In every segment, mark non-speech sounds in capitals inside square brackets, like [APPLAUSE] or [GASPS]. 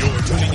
tuning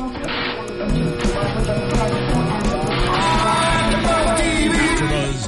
AfterBuzz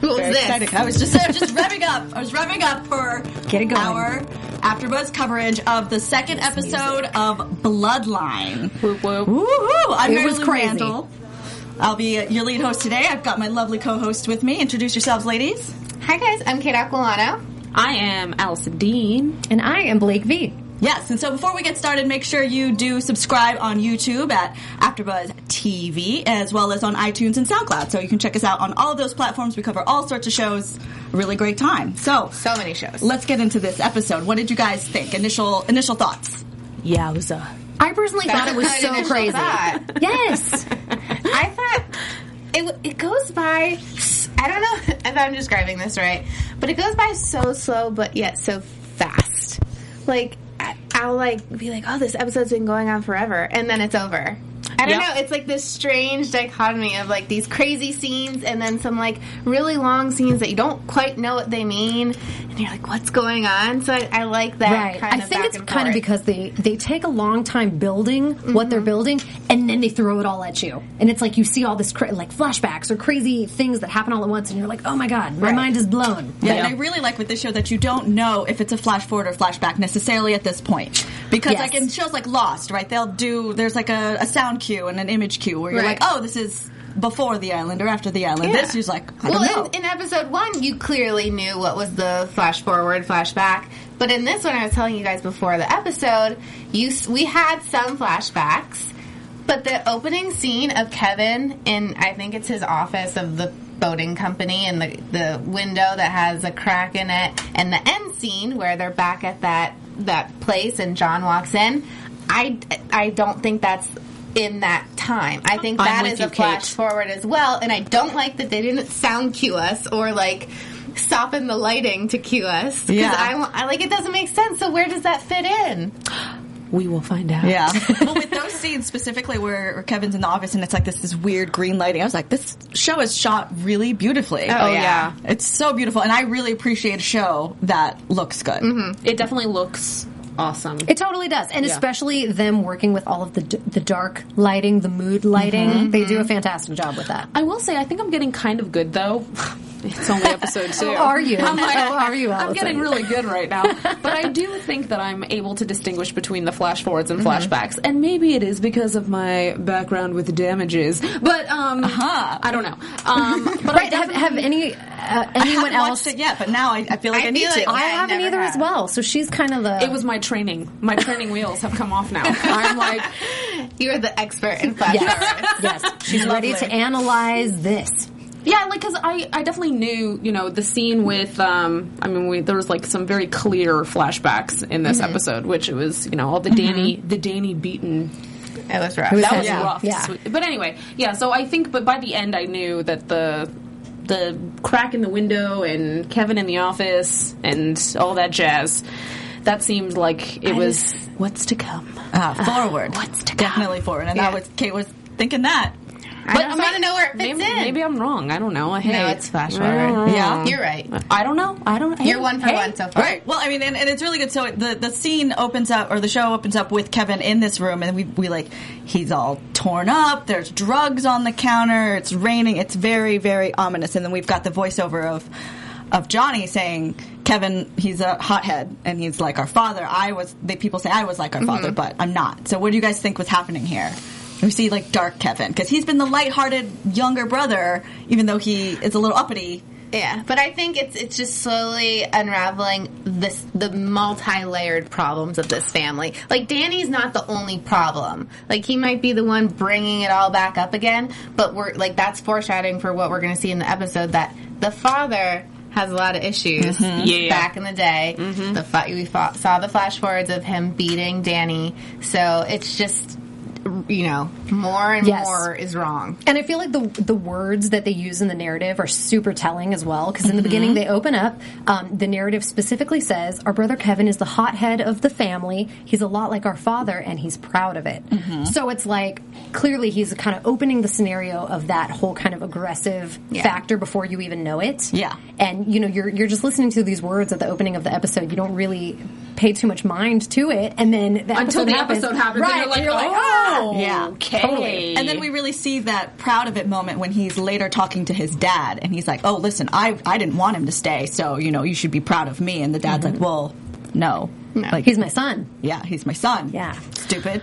Who was Very this? excited. I was just I was just revving up. I was revving up for Get it going. our AfterBuzz coverage of the second episode of Bloodline. Whoop, whoop. Woohoo! I'm It Mary was Lou crazy. Randall. I'll be uh, your lead host today. I've got my lovely co-host with me. Introduce yourselves, ladies. Hi guys, I'm Kate Aquilano. I am Allison Dean. And I am Blake V. Yes, and so before we get started, make sure you do subscribe on YouTube at AfterBuzz TV, as well as on iTunes and SoundCloud. So you can check us out on all of those platforms. We cover all sorts of shows. Really great time. So, So many shows. Let's get into this episode. What did you guys think? Initial initial thoughts. Yowza. [LAUGHS] I personally thought it was so crazy. [LAUGHS] Yes. I thought it, w- it goes by, I don't know [LAUGHS] if I'm describing this right, but it goes by so slow, but yet so fast. Like, I- I'll like be like, oh, this episode's been going on forever, and then it's over. I don't Yeah. know. It's like this strange dichotomy of like these crazy scenes and then some like really long scenes that you don't quite know what they mean, and you're like, what's going on? So I, I like that. Right. Kind I of think back it's and kind of forth. Mm-hmm. because they they take a long time building what they're building, and then they throw it all at you, and it's like you see all this cra- like flashbacks or crazy things that happen all at once, and you're like, oh my god, my Right. mind is blown. Yeah, and I really like with this show that you don't know if it's a flash forward or flashback necessarily at this point. Because Yes. like in shows like Lost, right, they'll do there's like a, a sound cue and an image cue where you're Right. like, Oh, this is before the island or after the island. This is like I well, don't know. In, in episode one, you clearly knew what was the flash forward, flashback. But in this one, I was telling you guys before the episode, you s- we had some flashbacks, but the opening scene of Kevin in I think it's his office of the boating company and the the window that has a crack in it, and the end scene where they're back at that that place and John walks in. I I don't think that's in that time. I think I'm that with is you, a flash Kate. forward as well. And I don't like that they didn't sound cue us or like soften the lighting to cue us. 'Cause Yeah. I, wa- I like it doesn't make sense. So where does that fit in? We will find [LAUGHS] out. yeah. [LAUGHS] well, with those scenes specifically where, where Kevin's in the office and it's like this, this weird green lighting, I was like, this show is shot really beautifully. Oh, yeah. It's so beautiful. And I really appreciate a show that looks good. It definitely looks awesome. It totally does, and especially them working with all of the d- the dark lighting, the mood lighting. Mm-hmm. They do a fantastic job with that. I will say, I think I'm getting kind of good though. [LAUGHS] It's only episode two. How are you? I'm like, How are you, I'm Allison? getting really good right now. But I do think that I'm able to distinguish between the flash forwards and Mm-hmm. flashbacks. And maybe it is because of my background with damages. But, um, I don't know. Um, but I Right? Have, definitely- have any uh, I [LAUGHS] anyone haven't else? watched it yet, but now I, I feel like I, I need feel like to. I I haven't never either as have. well. So she's kind of the it was my training. My training wheels have come off [LAUGHS] now. I'm like, You're the expert in flash forward. [LAUGHS] yes, yes. She's ready to analyze this. Yeah, like because I, I definitely knew you know the scene with um I mean we, there was like some very clear flashbacks in Mm-hmm. this episode which it was you know all the Danny the Danny beaten It was rough. was that was Yeah. rough Yeah. Sweet. but anyway yeah so I think but by the end I knew that the the crack in the window and Kevin in the office and all that jazz that seemed like it was what's to come Ah, forward. what's to come Definitely forward. And that Yeah. was, Kate was thinking that. I just may- want to know where it fits maybe, in. maybe I'm wrong I don't know hey no, it's flash forward. Yeah. You're right. I don't know I don't You're hey, one for hey. one so far. Well, I mean, and, and it's really good. So the the scene opens up, or the show opens up with Kevin in this room, and we we like he's all torn up. There's drugs on the counter. It's raining. It's very very ominous. And then we've got the voiceover of of Johnny saying, "Kevin, he's a hothead, and he's like our father. I was. They people say I was like our father, but I'm not. So what do you guys think was happening here?" We see like dark Kevin because he's been the lighthearted younger brother, even though he is a little uppity. Yeah, but I think it's it's just slowly unraveling this the multi-layered problems of this family. Like Danny's not the only problem. Like he might be the one bringing it all back up again, but we're like that's foreshadowing for what we're going to see in the episode that the father has a lot of issues Mm-hmm. Yeah. back in the day. The fa- we fa- saw the flash forwards of him beating Danny, so it's just you know more and Yes. more is [LAUGHS] wrong. And I feel like the the words that they use in the narrative are super telling as well. Because in the beginning, Mm-hmm. they open up. Um, the narrative specifically says, "Our brother Kevin is the hothead of the family. He's a lot like our father, and he's proud of it." Mm-hmm. So it's like clearly he's kind of opening the scenario of that whole kind of aggressive Yeah. factor before you even know it. Yeah. And you know, you're you're just listening to these words at the opening of the episode. You don't really pay too much mind to it, and then the Until episode the happens. episode happens, right? and you're like, "Ah!" oh, Yeah. okay. Totally. And then we really see that proud of it moment when he's later talking to his dad, and he's like, "Oh, listen, I I didn't want him to stay, so you know you should be proud of me." And the dad's like, "Well, no, like He's my son. yeah, he's my son, Yeah. stupid."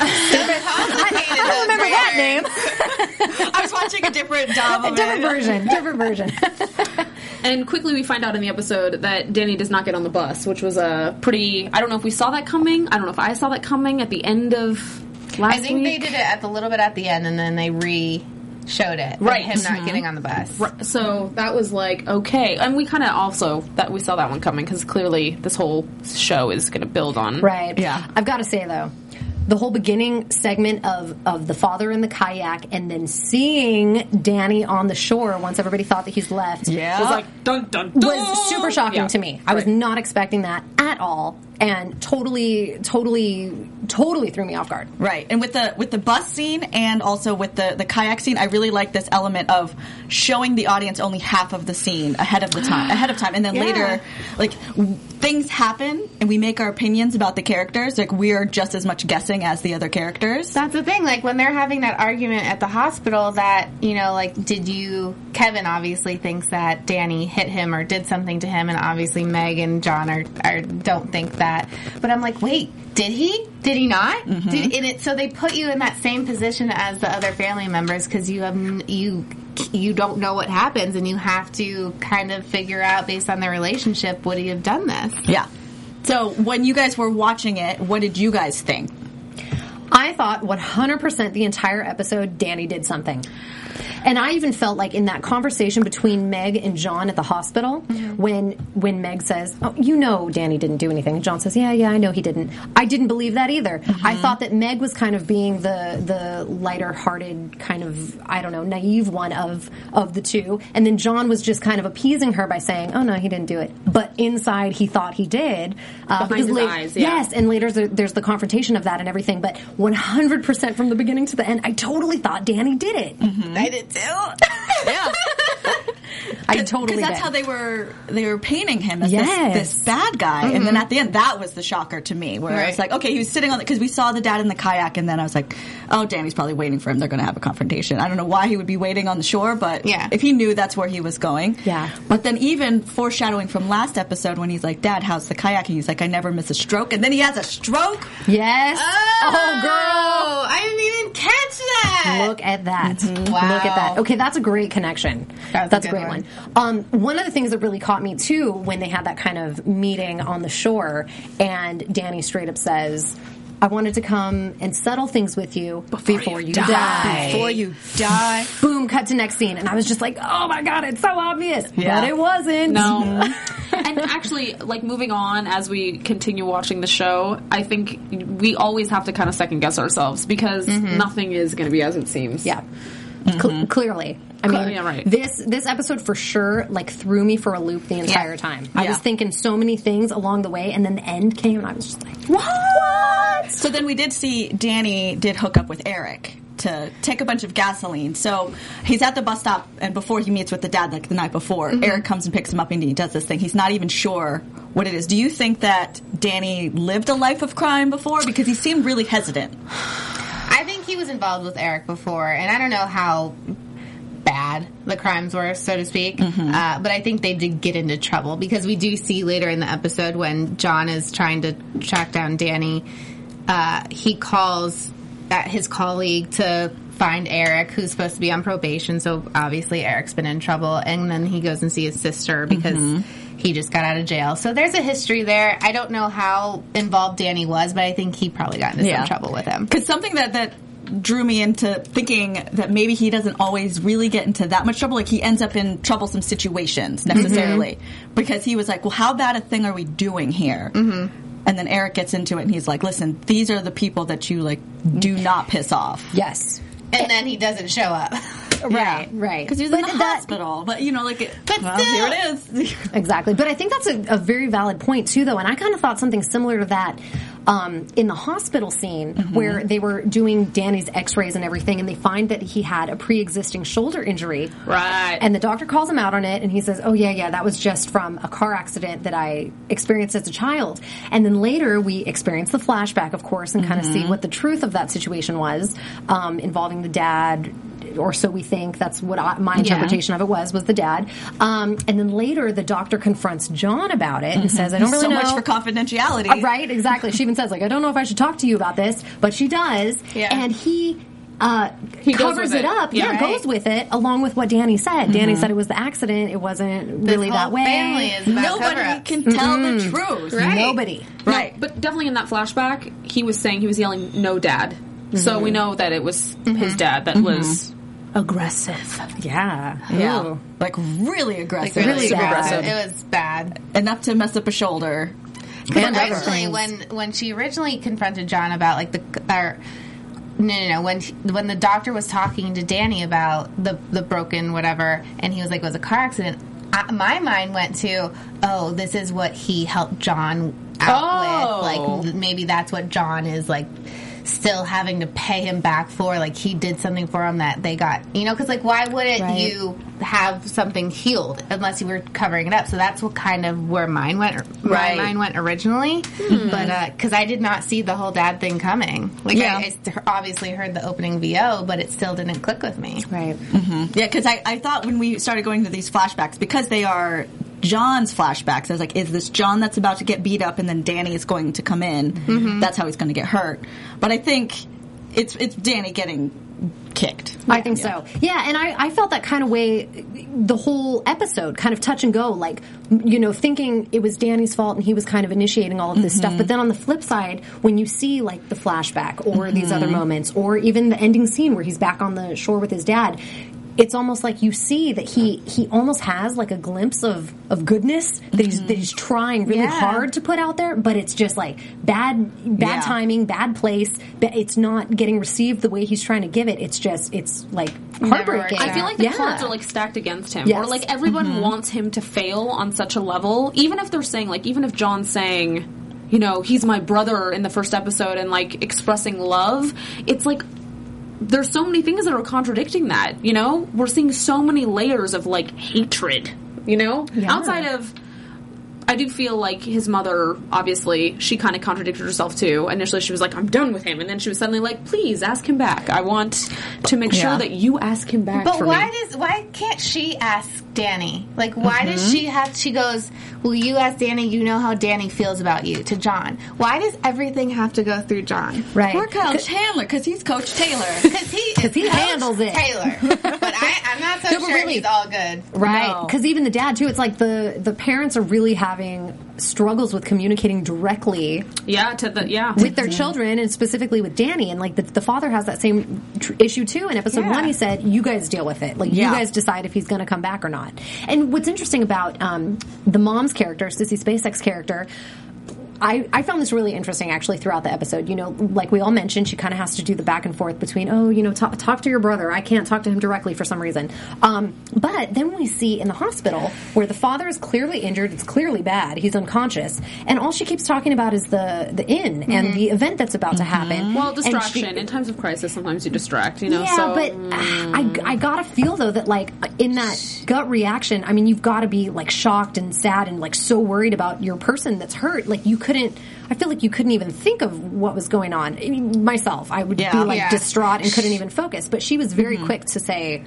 I don't remember That name. I was watching a [LAUGHS] different job A of different it. version. Different version. [LAUGHS] And quickly, we find out in the episode that Danny does not get on the bus, which was a pretty. I don't know if we saw that coming. I don't know if I saw that coming at the end of last I think they week. did it at the little bit at the end, and then they re showed it. of Right. Mm-hmm. him not getting on the bus. Right, So that was like okay, and we kind of also that we saw that one coming because clearly this whole show is going to build on Right. Yeah. I've got to say though, the whole beginning segment of of the father in the kayak and then seeing Danny on the shore once everybody thought that he's left. Yeah. It was like dun dun dun. Was super shocking Yeah, to me. I was right. not expecting that at all, and totally, totally, totally threw me off guard. Right, and with the with the bus scene and also with the the kayak scene, I really like this element of showing the audience only half of the scene ahead of the time, ahead of time, and then Yeah. later, like w- things happen and we make our opinions about the characters. Like we are just as much guessing as the other characters. That's the thing. Like when they're having that argument at the hospital, that you know, like, did you? Kevin obviously thinks that Danny hit him or did something to him, and obviously Meg and John are, are don't think that. But I'm like, wait, did he? Did he not? Mm-hmm. Did, and it, so they put you in that same position as the other family members because you have n- you you don't know what happens, and you have to kind of figure out based on their relationship would he have done this? yeah. So when you guys were watching it, what did you guys think? I thought 100% the entire episode Danny did something. And I even felt like in that conversation between Meg and John at the hospital Mm-hmm. when when Meg says, "Oh, you know Danny didn't do anything." And John says, "Yeah, yeah, I know he didn't." I didn't believe that either. Mm-hmm. I thought that Meg was kind of being the the lighter-hearted kind of, I don't know, naive one of of the two, and then John was just kind of appeasing her by saying, "Oh no, he didn't do it." But inside he thought he did. Uh, Behind his la- eyes, yeah. Yes, and later there- there's the confrontation of that and everything, but 100% from the beginning to the end, I totally thought Danny did it. I did too. [LAUGHS] Yeah, I totally because that's did. how they were they were painting him as Yes. Mm-hmm. this, this bad guy, and then at the end that was the shocker to me, where I was Right. like, okay, he was sitting on the because we saw the dad in the kayak, and then I was like, oh, Danny's probably waiting for him. They're going to have a confrontation. I don't know why he would be waiting on the shore, but Yeah. if he knew that's where he was going, Yeah. But then even foreshadowing from last episode when he's like, Dad, how's the kayak? And he's like, I never miss a stroke, and then he has a stroke. Yes. Oh, girl. I didn't even catch that. Look at that. Wow. Look at that. Okay, that's a great connection. That was a that's a good great one. one. Um, one of the things that really caught me too when they had that kind of meeting on the shore and Danny straight up says, I wanted to come and settle things with you before, you, die. Before you die, Boom, cut to next scene. And I was just like, oh my God, it's so obvious. Yeah. But it wasn't. No. and actually, like moving on as we continue watching the show, I think we always have to kind of second guess ourselves because nothing is going to be as it seems. Yeah. Cl- clearly. I Cl- mean, yeah, right. this this episode for sure like threw me for a loop the entire time. I Yeah. was thinking so many things along the way, and then the end came, and I was just like, What? So then we did see Danny did hook up with Eric to take a bunch of gasoline. So he's at the bus stop, and before he meets with the dad, like the night before, Eric comes and picks him up, and he does this thing. He's not even sure what it is. Do you think that Danny lived a life of crime before? Because he seemed really hesitant. I think he was involved with Eric before, and I don't know how bad the crimes were, so to speak. Uh, but I think they did get into trouble because we do see later in the episode when John is trying to track down Danny, uh, he calls at his colleague to find Eric, who's supposed to be on probation. So obviously Eric's been in trouble, and then he goes and sees his sister because. He just got out of jail, so there's a history there. I don't know how involved Danny was, but I think he probably got into Yeah. some trouble with him. Because something that that drew me into thinking that maybe he doesn't always really get into that much trouble. Like he ends up in troublesome situations Mm-hmm. necessarily because he was like, well, how bad a thing are we doing here? Mm-hmm. And then Eric gets into it and he's like, listen, these are the people that you like do Mm-hmm. not piss off. Yes. and then he doesn't show up. Right, right. Because he was in But the that- hospital. But you know, like, it, But well, here still- it is. [LAUGHS] Exactly. But I think that's a, a very valid point, too, though. And I kind of thought something similar to that um, in the hospital scene where they were doing Danny's x rays and everything, and they find that he had a pre existing shoulder injury. Right. And the doctor calls him out on it, and he says, Oh, yeah, yeah, that was just from a car accident that I experienced as a child. And then later we experience the flashback, of course, and kind of Mm-hmm. see what the truth of that situation was um, involving the dad. Or so we think. That's what I, my interpretation of it was was the dad. Um, and then later, the doctor confronts John about it and says, "I don't really Mm-hmm. so know." much for confidentiality. Uh, [LAUGHS] Right, exactly. She even says, like, I don't know if I should talk to you about this, but she does. Yeah. And he uh, goes covers with it. it up. Yeah, Yeah. Right. goes with it along with what Danny said. Danny said it was the accident. It wasn't This really whole that way. Family is about Nobody cover-ups. can tell the truth. Right. Nobody. Right. But definitely in that flashback, he was saying he was yelling, "No, dad." So Mm-hmm. we know that it was his dad that was aggressive. Yeah. Yeah. Ooh. Like really aggressive. Really Really bad. aggressive. It was bad. Enough to mess up a shoulder. Because other originally, when when she originally confronted John about like the or no no no when she- when the doctor was talking to Danny about the the broken whatever, and he was like it was a car accident. I, my mind went to oh this is what he helped John out Oh. with like maybe that's what John is like still having to pay him back for like he did something for him that they got you know because like why wouldn't Right. you have something healed unless you were covering it up so that's what kind of where mine went my Right. mind went originally, Hmm. but because I did not see the whole dad thing coming. Like Yeah. I, I st- obviously heard the opening VO, but it still didn't click with me. Right. Yeah, because I, I thought when we started going to these flashbacks, because they are John's flashbacks, I was like, is this John that's about to get beat up and then Danny is going to come in? That's how he's going to get hurt. But I think it's it's Danny getting kicked. I think so. Yeah, and I, I felt that kind of way the whole episode, kind of touch and go, like, m- you know, thinking it was Danny's fault and he was kind of initiating all of this stuff. But then on the flip side, when you see, like, the flashback or these other moments or even the ending scene where he's back on the shore with his dad, it's almost like you see that he, he almost has like a glimpse of, of goodness that he's that he's trying really Yeah. hard to put out there, but it's just like bad bad Yeah. timing timing, bad place. ba- It's not getting received the way he's trying to give it. It's just, it's like heartbreaking. works I feel like the cards are like stacked against him, or Yes. like everyone Mm-hmm. wants him to fail on such a level. Even if they're saying, like, even if John's saying, you know, he's my brother in the first episode, and like expressing love, it's like there's so many things that are contradicting that. You know, we're seeing so many layers of like hatred. You know, outside of. I do feel like his mother, obviously, she kind of contradicted herself too. Initially, she was like, "I'm done with him," and then she was suddenly like, "Please ask him back. I want to make Yeah. sure that you ask him back." But for why me. does why can't she ask Danny? Like why Mm-hmm. does she have? She goes, "Well, you ask Danny. You know how Danny feels about you." To John, why does everything have to go through John? right. Poor Coach Handler, because he's Coach [LAUGHS] Taylor. Because he, he Coach handles it. Taylor. but I, I'm not [LAUGHS] so No, but sure really- he's all good. Right, No. because even the dad too. It's like the the parents are really having struggles with communicating directly Yeah, to the yeah. with their children, and specifically with Danny. And like the, the father has that same tr- issue too. In episode Yeah. one, he said, "You guys deal with it. Like Yeah. you guys decide if he's going to come back or not." And what's interesting about um, the mom's character, Sissy SpaceX character. I, I found this really interesting actually throughout the episode. You know, like we all mentioned, she kind of has to do the back and forth between, oh, you know, talk, talk to your brother. I can't talk to him directly for some reason. Um, but then we see in the hospital where the father is clearly injured. It's clearly bad. He's unconscious. And all she keeps talking about is the, the inn and the event that's about to happen. Mm-hmm. well, And distraction she- in times of crisis. Sometimes you distract. You know. yeah, so, but ah, I, I gotta feel though that like uh, in that gut reaction, I mean, you've got to be like shocked and sad and like so worried about your person that's hurt. Like you couldn't. I feel like you couldn't even think of what was going on. I mean, myself, I would be Yeah. like Yeah. distraught and couldn't even focus. But she was Mm-hmm. very quick to say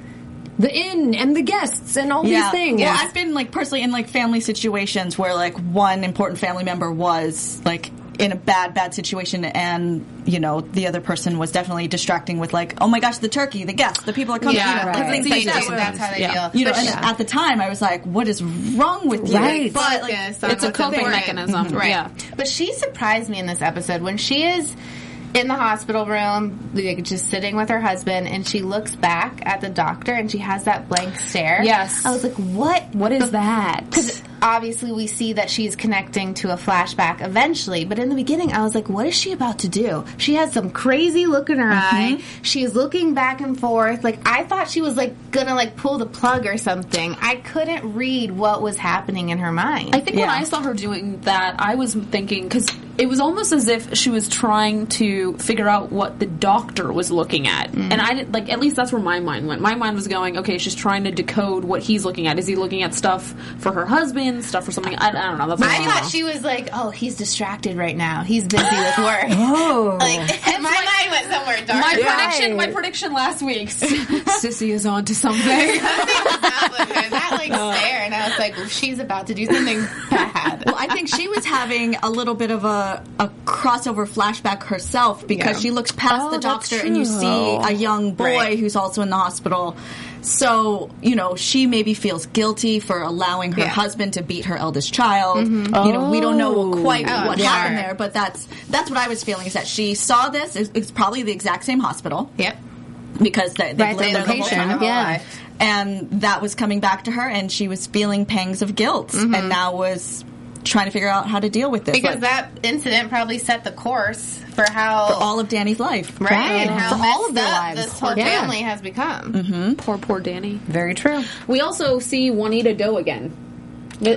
the inn and the guests and all these things. Well, I've been like personally in like family situations where like one important family member was like in a bad, bad situation and, you know, the other person was definitely distracting with like, oh my gosh, the turkey, the guests, the people are coming, Yeah, you know, right. like, things See, like that. that's, how they Yeah. feel. You know, But and she- at the time I was like, what is wrong with you? Right. But like, focus on it's a what's coping important. mechanism. Right. Yeah. But she surprised me in this episode when she is in the hospital room, like just sitting with her husband, and she looks back at the doctor and she has that blank stare. Yes. I was like, what? What is [LAUGHS] that? [LAUGHS] Because obviously we see that she's connecting to a flashback eventually, but in the beginning I was like, what is she about to do? She has some crazy look in her Mm-hmm. eye. She's looking back and forth. Like I thought she was like gonna like pull the plug or something. I couldn't read what was happening in her mind. I think when I saw her doing that, I was thinking because it was almost as if she was trying to figure out what the doctor was looking at, and I didn't like. At least that's where my mind went. My mind was going, okay, she's trying to decode what he's looking at. Is he looking at stuff for her husband, stuff for something? I, I don't know. That's what I was thought going. she was like, "Oh, he's distracted right now. He's busy [GASPS] with work." Oh, like [LAUGHS] my mind went somewhere dark. My [LAUGHS] Yeah. prediction. My prediction last [LAUGHS] week. Sissy is on to [LAUGHS] something. [LAUGHS] that like stare, and I was like, well, "She's about to do something bad." Well, I think she was having a little bit of a, a crossover flashback herself because Yeah. she looks past Oh, the that's doctor and you true. see a young boy Right. who's also in the hospital. So, you know, she maybe feels guilty for allowing her Yeah. husband to beat her eldest child. Mm-hmm. You know, we don't know quite Oh, what yeah. happened there, but that's that's what I was feeling is that she saw this. It's, it's probably the exact same hospital Yep. because they, they Right, the lived there the whole location, time. yeah. And that was coming back to her, and she was feeling pangs of guilt, and now was trying to figure out how to deal with this. Mm-hmm. Because like, that incident probably set the course for how for all of Danny's life. right, and Right. how For all messed of their up lives. this whole Yeah. family has become. poor, poor Danny. Very true. We also see Juanita Doe again.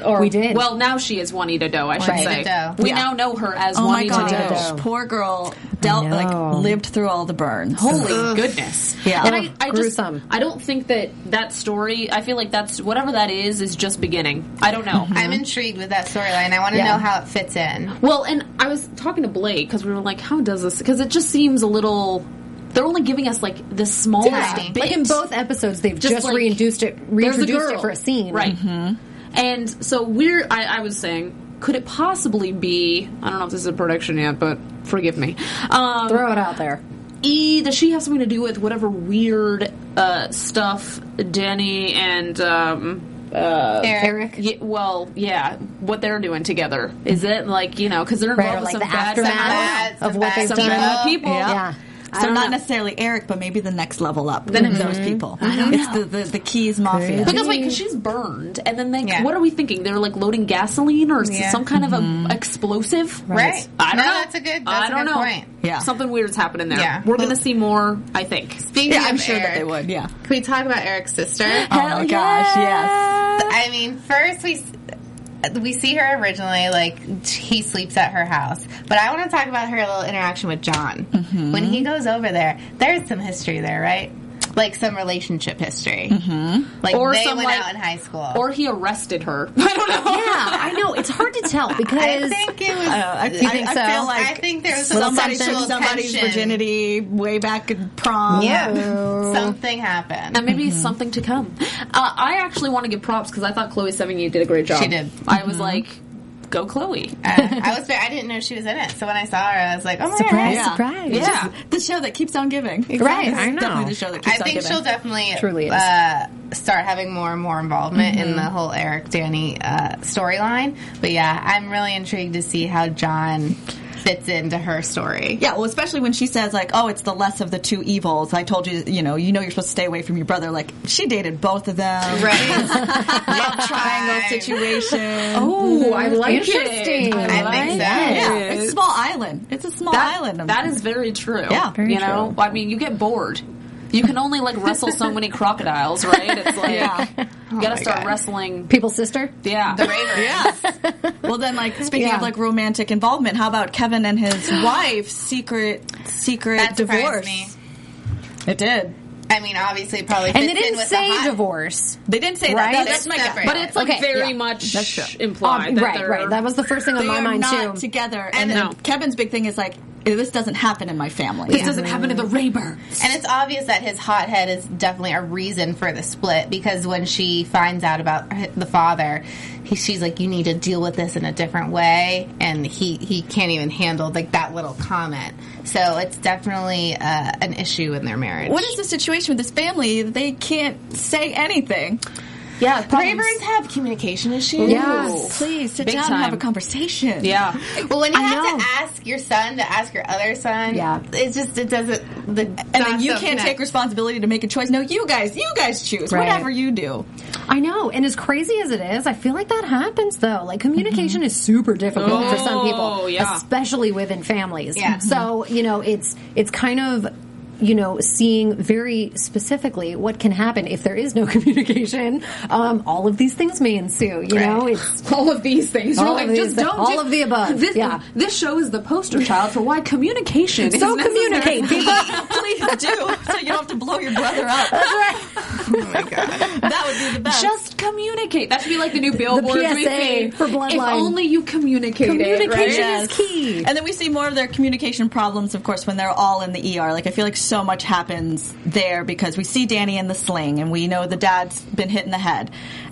Or, We did. Well, now she is Juanita Doe, I should Juanita say. Doe. We Yeah. now know her as Oh my Juanita gosh, Doe. poor girl dealt I know. like lived through all the burns. Holy goodness! Yeah. and I, I just Gruesome. I don't think that that story. I feel like that's whatever that is is just beginning. I don't know. I'm intrigued with that storyline. I want to know how it fits in. Well, and I was talking to Blake because we were like, "How does this?" Because it just seems a little. They're only giving us like the smallest Tiny. bit. Like in both episodes, they've just, like, reintroduced it, there's reintroduced it for a scene, right? And so we're. I, I was saying, could it possibly be? I don't know if this is a prediction yet, but forgive me. Um, Throw it out there. E, does she have something to do with whatever weird uh, stuff Danny and um, uh, Eric. y- well, yeah, what they're doing together? Is it like you know because they're Right, involved or like with the some bad bad- aftermath some of what bad they've some done. bad people? Yeah. I So don't not know. necessarily Eric, but maybe the next level up. Then those people. It's the, the the Keys Mafia. Because wait, because she's burned, and then they Yeah. what are we thinking? They're like loading gasoline or s- Yeah. some kind of Mm-hmm. a explosive, Right. I don't No, know. that's a good- I that's a don't good know. point. Yeah. something weird's happening there. Yeah. We're gonna see more. I think. Speaking yeah, I'm of sure that they Eric, would. Yeah. Can we talk about Eric's sister? [LAUGHS] oh my gosh, yes. I mean, first we s- we see her originally like he sleeps at her house, but I want to talk about her little interaction with John when he goes over there. There's some history there, right? Like some relationship history, mm-hmm. like Or they some, went like- out in high school. Or he arrested her. [LAUGHS] I don't know. Yeah, I know. It's hard to tell [LAUGHS] I because think it was. I, You think I, so? I feel like I think there was somebody some took sexual somebody's tension. virginity way back in prom. Oh. Yeah, [LAUGHS] something happened. And maybe something to come. Uh, I actually want to give props because I thought Chloe Sevigny did a great job. She did. I was like, go Chloe. [LAUGHS] Uh, I was. I didn't know she was in it, so when I saw her, I was like, "Oh my god!" Surprise. Yeah. Surprise. Yeah. The show that keeps on giving. Right, This I is know. Definitely the show that keeps I on think giving. she'll definitely Truly is. Mm-hmm. uh, start having more and more involvement in the whole Eric Danny uh, storyline. But yeah, I'm really intrigued to see how John fits into her story. Yeah, well, especially when she says like, "Oh, it's the less of the two evils." I told you, you know, you know, you're supposed to stay away from your brother. Like, she dated both of them. [LAUGHS] Right? Love triangle situation. [LAUGHS] Oh, I like Interesting. I think so. yeah, it's a small island. It's a small island. That is very true. Yeah. Very you know, I mean, you get bored. You can only like wrestle so many crocodiles, right? It's like Yeah. you my gotta start God. wrestling. People's sister. Yeah, The [LAUGHS] Raver. well. Then, like speaking Yeah. of like romantic involvement, how about Kevin and [GASPS] his wife's secret secret That surprised divorce? me. It did. I mean, obviously, it probably. Fits And they in didn't with say the hot- divorce. They didn't say Right? that. That's That's my separate. gut. but it's like Okay, very yeah. much That's true. implied. Um, that right, they're- right. That was the first thing on They my are mind not too. together. And, No. Kevin's big thing is like, this doesn't happen in my family. This doesn't happen to the Raybirds. And it's obvious that his hothead is definitely a reason for the split because when she finds out about h- the father, he, she's like, "You need to deal with this in a different way," and he he can't even handle like that little comment. So it's definitely uh, an issue in their marriage. What is the situation with this family? They can't say anything. Yeah, problems. Ravers have communication issues. Yes. Please sit Big down and have a time. conversation. Yeah. Well, when you I have know. to ask your son to ask your other son, Yeah. it's just it doesn't. The And then you can't take responsibility to make a choice. No, you guys, you guys choose. Right. Whatever you do. I know. And as crazy as it is, I feel like that happens though. Like communication is super difficult for some people, Oh, yeah. especially within families. Yeah. So, you know, it's it's kind of you know, seeing very specifically what can happen if there is no [LAUGHS] communication. Um, all of these things may ensue. You know, Right. it's all of these things. You're All like, of these- just don't all do- of the above, This, yeah. this show is the poster child for why communication. is so necessary. communicate. people. [LAUGHS] Please do, so [LAUGHS] you don't have to blow your brother up. [LAUGHS] Oh That would be the best. Just communicate. That should be like the new billboard PSA we made. for If Bloodline. only you communicate. Communication Right? is key. And then we see more of their communication problems, of course, when they're all in the ER. Like, I feel like so much happens there because we see Danny in the sling and we know the dad's been hit in the head.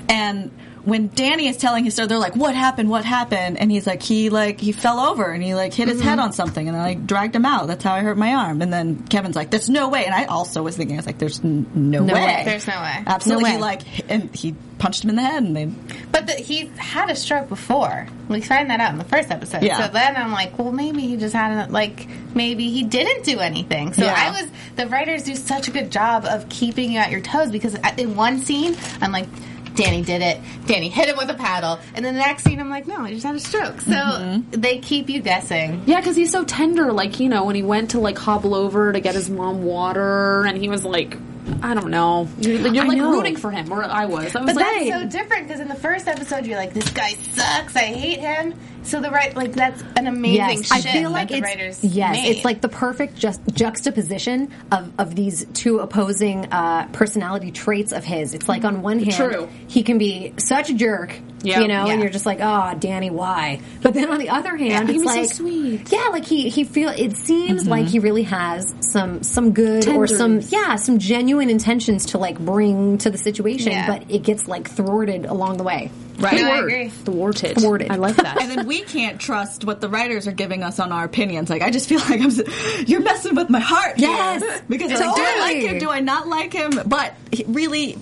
And when Danny is telling his story, they're like, what happened? What happened? And he's like, he like, he fell over and he like hit Mm-hmm. his head on something and I like dragged him out. That's how I hurt my arm. And then Kevin's like, there's no way. And I also was thinking, I was like, there's n- no, No way. way. There's no way. Absolutely. No He way. like, hit- and he punched him in the head and they, But the, he had a stroke before. We find that out in the first episode. Yeah. So then I'm like, well, maybe he just had an, like maybe he didn't do anything. So Yeah. I was the writers do such a good job of keeping you at your toes because I- in one scene I'm like. Danny did it. Danny hit him with a paddle, and then the next scene, I'm like, "No, he just had a stroke." So Mm-hmm. they keep you guessing. Yeah, because he's so tender. Like you know, when he went to like hobble over to get his mom water, and he was like, I don't know. You're, you're I like know. rooting for him, or I was. I But was like, that's so different because in the first episode, you're like, "This guy sucks. I hate him." So the right, like, that's an amazing Yes, shift I feel like that the it's writers yes, made. it's like the perfect just, juxtaposition of, of these two opposing uh, personality traits of his. It's like on one hand, True. he can be such a jerk, Yeah. you know, Yeah. and you're just like, oh, Danny, why? But then on the other hand, He it's was so like sweet. yeah, like he he feel it seems Mm-hmm. like he really has some some good or some Tenderness. yeah some genuine intentions to like bring to the situation, Yeah. but it gets like thwarted along the way. right. No, I agree. Thwarted. Thwarted. I like [LAUGHS] that. and then we can't trust what the writers are giving us on our opinions. Like, I just feel [LAUGHS] like I'm, s- you're messing with my heart. here. Yes. because it's like, do I like Totally. him? Do I not like him? But he- really,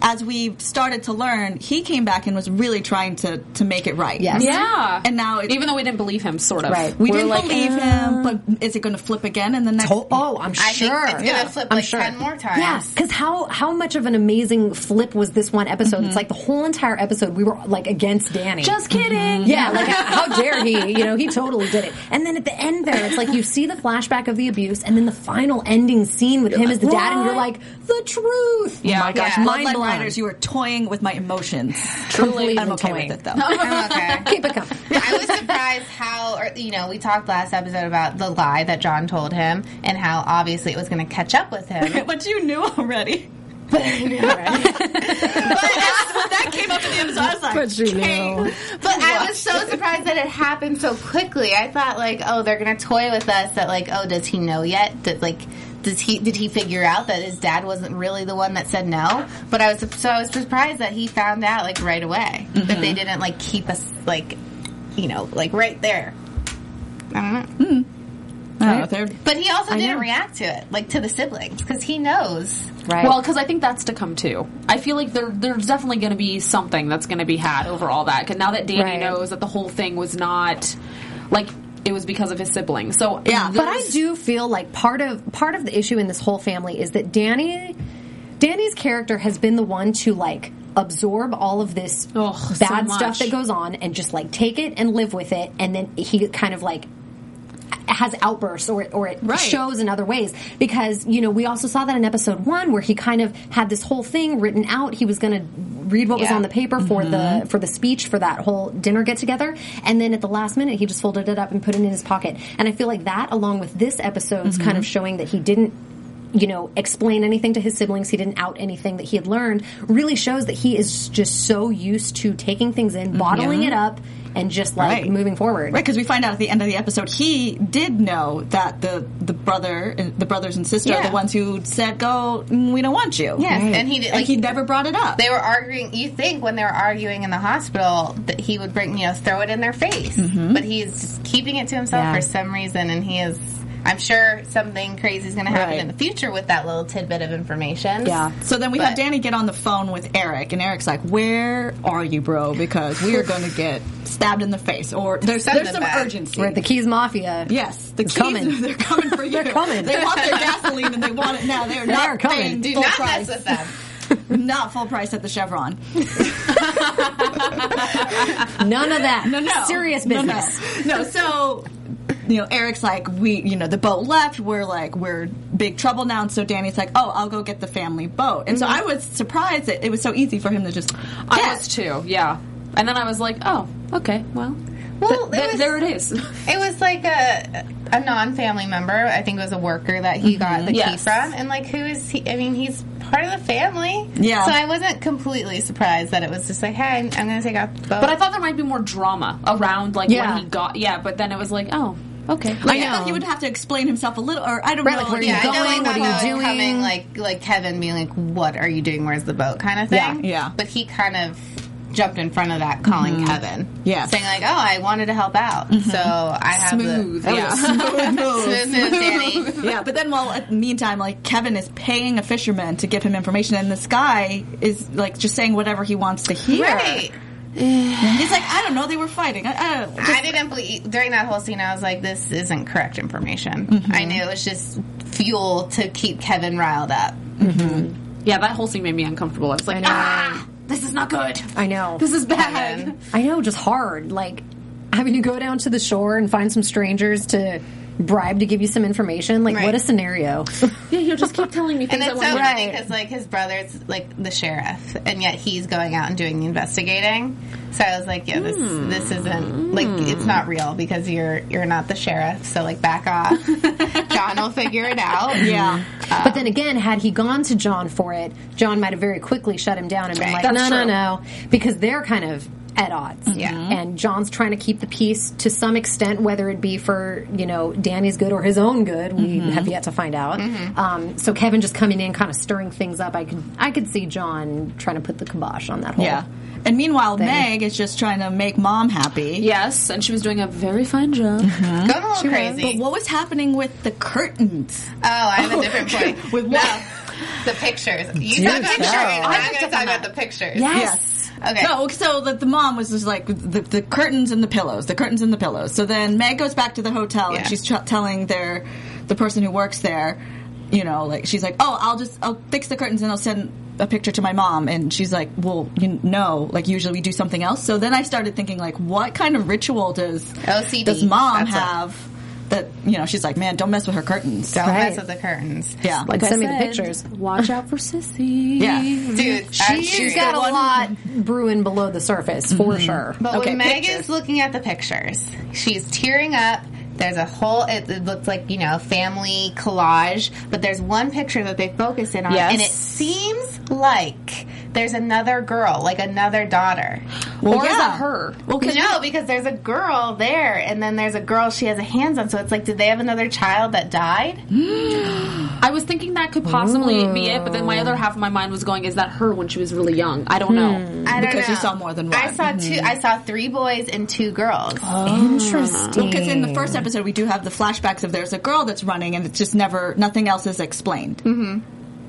as we started to learn, he came back and was really trying to to make it right. Yes. yeah. And now it- even though we didn't believe him, sort of. Right. we We're didn't like, believe eh. him, but is it going to flip again in the next? uh, Oh, oh, I'm I think sure. it's gonna flip, like, 10 more times. Yeah, because how how much of an amazing flip was this one episode? Mm-hmm. It's like the whole entire episode we were like against Danny. Just kidding. yeah, [LAUGHS] like how dare he? You know, he totally did it. And then at the end there, it's like you see the flashback of the abuse, and then the final ending scene with him as the dad, and you're like, the truth. Yeah. oh my gosh, Yeah. mind Bloodline blown. writers, you are toying with my emotions. Completely I'm okay toying. with it though. I'm Oh, [LAUGHS] okay. Keep [LAUGHS] it coming. I was surprised how, or, you know, we talked last episode about the lie that John told him and how obviously it was going to catch up with [LAUGHS] him. but you knew already. but when [LAUGHS] that came up in the episode, I was like, But you "Okay." knew. But I was so surprised that it happened so quickly. I thought like, oh, they're going to toy with us that like, oh, does he know yet? That like, does he did he figure out that his dad wasn't really the one that said no? But I was so I was surprised that he found out like right away that Mm-hmm. they didn't like keep us like, you know, like right there. I don't know. I don't know, they're- But he also didn't react to it, like to the siblings, because he knows. Right. Well, because I think that's to come too. I feel like there, there's definitely going to be something that's going to be had over all that. Because now that Danny Right. knows that the whole thing was not like it was because of his siblings. So Yeah. but I there's- do feel like part of part of the issue in this whole family is that Danny Danny's character has been the one to like absorb all of this Ugh, so bad stuff much. that goes on and just like take it and live with it and then he kind of like has outbursts or it, or it Right. shows in other ways because you know we also saw that in episode 1 where he kind of had this whole thing written out he was going to read what was Yeah. on the paper for the for the speech for that whole dinner get together and then at the last minute he just folded it up and put it in his pocket and i feel like that along with this episode's kind of showing that he didn't you know explain anything to his siblings he didn't out anything that he had learned really shows that he is just so used to taking things in bottling it up and just like Right. moving forward Right, because we find out at the end of the episode he did know that the the brother, and the brothers and sister, are Yeah. the ones who said, "Go, mm, we don't want you." Yes, Right. and he did- like like- he never brought it up. They were arguing. You think when they were arguing in the hospital that he Mm-hmm. would bring, you know, throw it in their face, but he's just keeping it to himself Yeah. for some reason, and he is I'm sure something crazy is going to happen Right. in the future with that little tidbit of information. Yeah. So then we have But- Danny get on the phone with Eric, and Eric's like, "Where are you, bro? Because we [LAUGHS] are going to get stabbed in the face, or there's Something there's some bad. urgency." We're at the Keys Mafia. Yes, the They're keys, coming. They're coming for you. [LAUGHS] They're coming. They want their gasoline and they want it now. [LAUGHS] They're not coming. paying Do full not price. mess with them. Not full price at the Chevron. None of that. No, no. Serious No, no. business. No, so you know, Eric's like, we, you know, the boat left. We're like, we're big trouble now. And so Danny's like, oh, I'll go get the family boat. And so I was surprised that it was so easy for him to just. I Yeah. was too, yeah. And then I was like, oh, okay, well, Well, th- it was- there it is. [LAUGHS] It was like a a non family member. I think it was a worker that he got the key Yes. from, and like who is he? I mean, he's part of the family. Yeah. So I wasn't completely surprised that it was just like, hey, I'm, I'm going to take out the boat. But I thought there might be more drama around like Yeah. when he got yeah, but then it was like, oh, okay. Like, I I thought know. he would have to explain himself a little, or I don't Right, know. like, where are yeah, you I know, going? like, What are that you boat doing? Coming, like like Kevin being like, what are you doing? Where's the boat? Kind of thing. Yeah, yeah. But he kind of jumped in front of that, calling Kevin. Yes. Saying like, oh, I wanted to help out, so I have Smooth, The, Oh, [LAUGHS] yeah. Smooth [LAUGHS] move, Danny. yeah, but then while at the meantime, like Kevin is paying a fisherman to give him information, and this guy is like just saying whatever he wants to hear. Right. He's like, I don't know, they were fighting. I, I don't I didn't believe during that whole scene. I was like, "This isn't correct information." Mm-hmm. I knew it was just fuel to keep Kevin riled up. Yeah, that whole scene made me uncomfortable. I was like, know. ah, this is not good. I know. This is bad. I know, just hard. Like having to go down to the shore and find some strangers to bribe to give you some information. Like, Right. what a scenario. Yeah, [LAUGHS] you'll just keep telling me And things I it's want so to know. funny because like his brother's like the sheriff, and yet he's going out and doing the investigating. So I was like, "Yeah, this Hmm. this isn't like it's not real because you're you're not the sheriff. So like [LAUGHS] back off. John will figure it out. yeah. But then again, had he gone to John for it, John might have very quickly shut him down and been Right. like, That's no, no, true. no. Because they're kind of at odds. Yeah. Mhm. And John's trying to keep the peace to some extent, whether it be for, you know, Danny's good or his own good. We have yet to find out. Um, so Kevin just coming in, kind of stirring things up. I could, I could see John trying to put the kibosh on that whole. Yeah. And meanwhile, Meg is just trying to make mom happy. Yes, and she was doing a very fine job. Going a little But crazy. what was happening with the curtains? oh, I have a different point. With no, what? the pictures. You saw Dude, pictures. tell. I'm going to talk about the [LAUGHS] pictures. Yes. Okay. No, so that the mom was just like the, the curtains and the pillows, the curtains and the pillows. So then Meg goes back to the hotel Yeah. and she's tr- telling their the person who works there, you know, like she's like, "Oh, I'll just I'll fix the curtains and I'll send a picture to my mom." And she's like, "Well, you know, like usually we do something else." So then I started thinking like, what kind of ritual does OCD, does mom that's it. have that, you know, she's like, "Man, don't mess with her curtains." Don't mess Right. with the curtains. yeah. Like, I send me the said, pictures. Watch out [LAUGHS] for sissy. yeah. Dude, She's got a lot brewing below the surface for sure. But okay, when Meg pictures. is looking at the pictures, she's tearing up. There's a whole, it, it looks like, you know, family collage, but there's one picture that they focus in on, Yes. and it seems like there's another girl, like another daughter. Well, Or is yeah. it her? Well, 'cause no, because there's a girl there, and then there's a girl she has a hands on, so it's like, did they have another child that died? I was thinking that could possibly be it, but then my other half of my mind was going, is that her when she was really young? I don't Hmm. know. I don't Because you know. saw more Mm-hmm. than I one. saw two, I saw three boys and two girls. Interesting. Because in the first episode, we do have the flashbacks of there's a girl that's running, and it's just never nothing else is explained. Mm-hmm.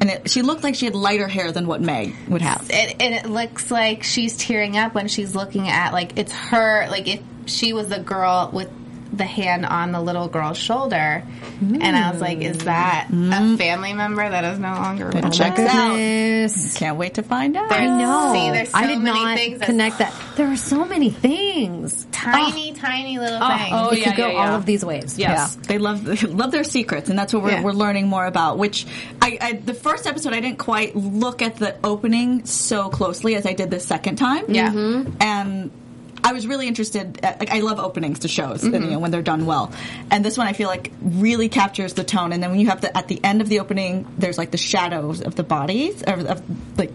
And it, she looked like she had lighter hair than what Meg would have. it, and it looks like she's tearing up when she's looking at like it's her like if she was the girl with the hand on the little girl's shoulder and i was like is that Mm-hmm. a family member that is no longer with us? Checks out. Yes. Can't wait to find out. There's- No, see there's so I did many not things connect that's that. There are so many things. tiny tiny little things oh, it yeah, could go yeah, yeah. all of these Yes. ways. Yeah, they love [LAUGHS] they love their secrets, and that's what we're, Yeah. we're learning more about. Which I, I the first episode I didn't quite look at the opening so closely as I did the second time. Mm-hmm. Yeah. Mhm. and I was really interested. At, like I love openings to shows Mm-hmm. and, you know, when they're done well, and this one I feel like really captures the tone. And then when you have the at the end of the opening, there's like the shadows of the bodies of, of like.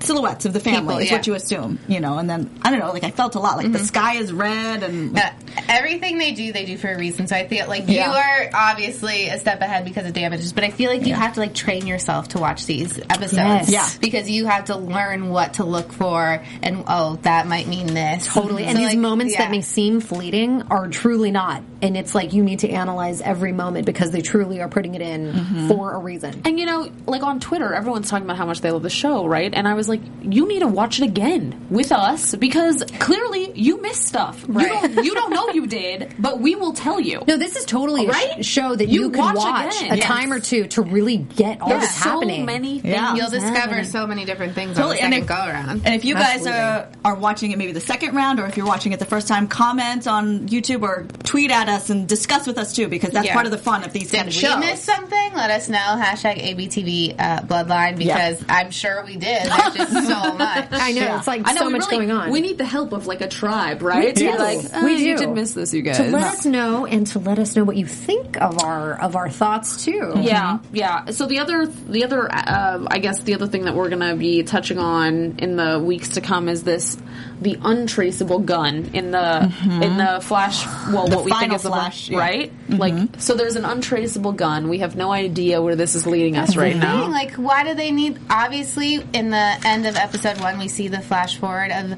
Silhouettes of the family People, is yeah. Mm-hmm. what you assume, you know, and then I don't know, like I felt a lot, like the sky is red and Uh, everything they do, they do for a reason. So I feel like Yeah. you are obviously a step ahead because of damages, but I feel like you have to like train yourself to watch these episodes. Yes. Yeah. Because you have to learn what to look for and oh, that might mean this. Totally. And So, Mm-hmm. these like, moments yeah. that may seem fleeting are truly not. and it's like you need to analyze every moment because they truly are putting it in Mm-hmm. for a reason. And you know, like on Twitter, everyone's talking about how much they love the show, right? And I was like, you need to watch it again with us because clearly you missed stuff. You, don't, you don't know you did, but we will tell you. No, this is totally a Right? sh- show that you, You can watch, watch again. a Yes. time or two to really get all There's that's so happening. many things. Yeah. You'll discover so many different things Totally, on the if, second go around. and if you guys are, Absolutely. are watching it maybe the second round, or if you're watching it the first time, comment on YouTube or tweet at us and discuss with us too, because that's Yeah. part of the fun of these kind Did we of shows. miss something? Let us know. Hashtag ABTV uh, Bloodline because I'm sure we did. There's just so [LAUGHS] much. I know it's like I know so we much really- going on. We need the help of like a tribe, right? do. To be Like, We "Ah, You do. did miss this, you guys. to let us know and to let us know what you think of our of our thoughts too. Yeah, Mm-hmm. yeah. So the other, the other, uh, I guess the other thing that we're gonna be touching on in the weeks to come is this, the untraceable gun in the Mm-hmm. in the flash. Well, The what we think final is the Flash, yeah. right? Mm-hmm. Like, so there's an untraceable gun. We have no idea where this is leading us right thing. now. Like, why do they need? Obviously, in the end of episode one, we see the flash forward of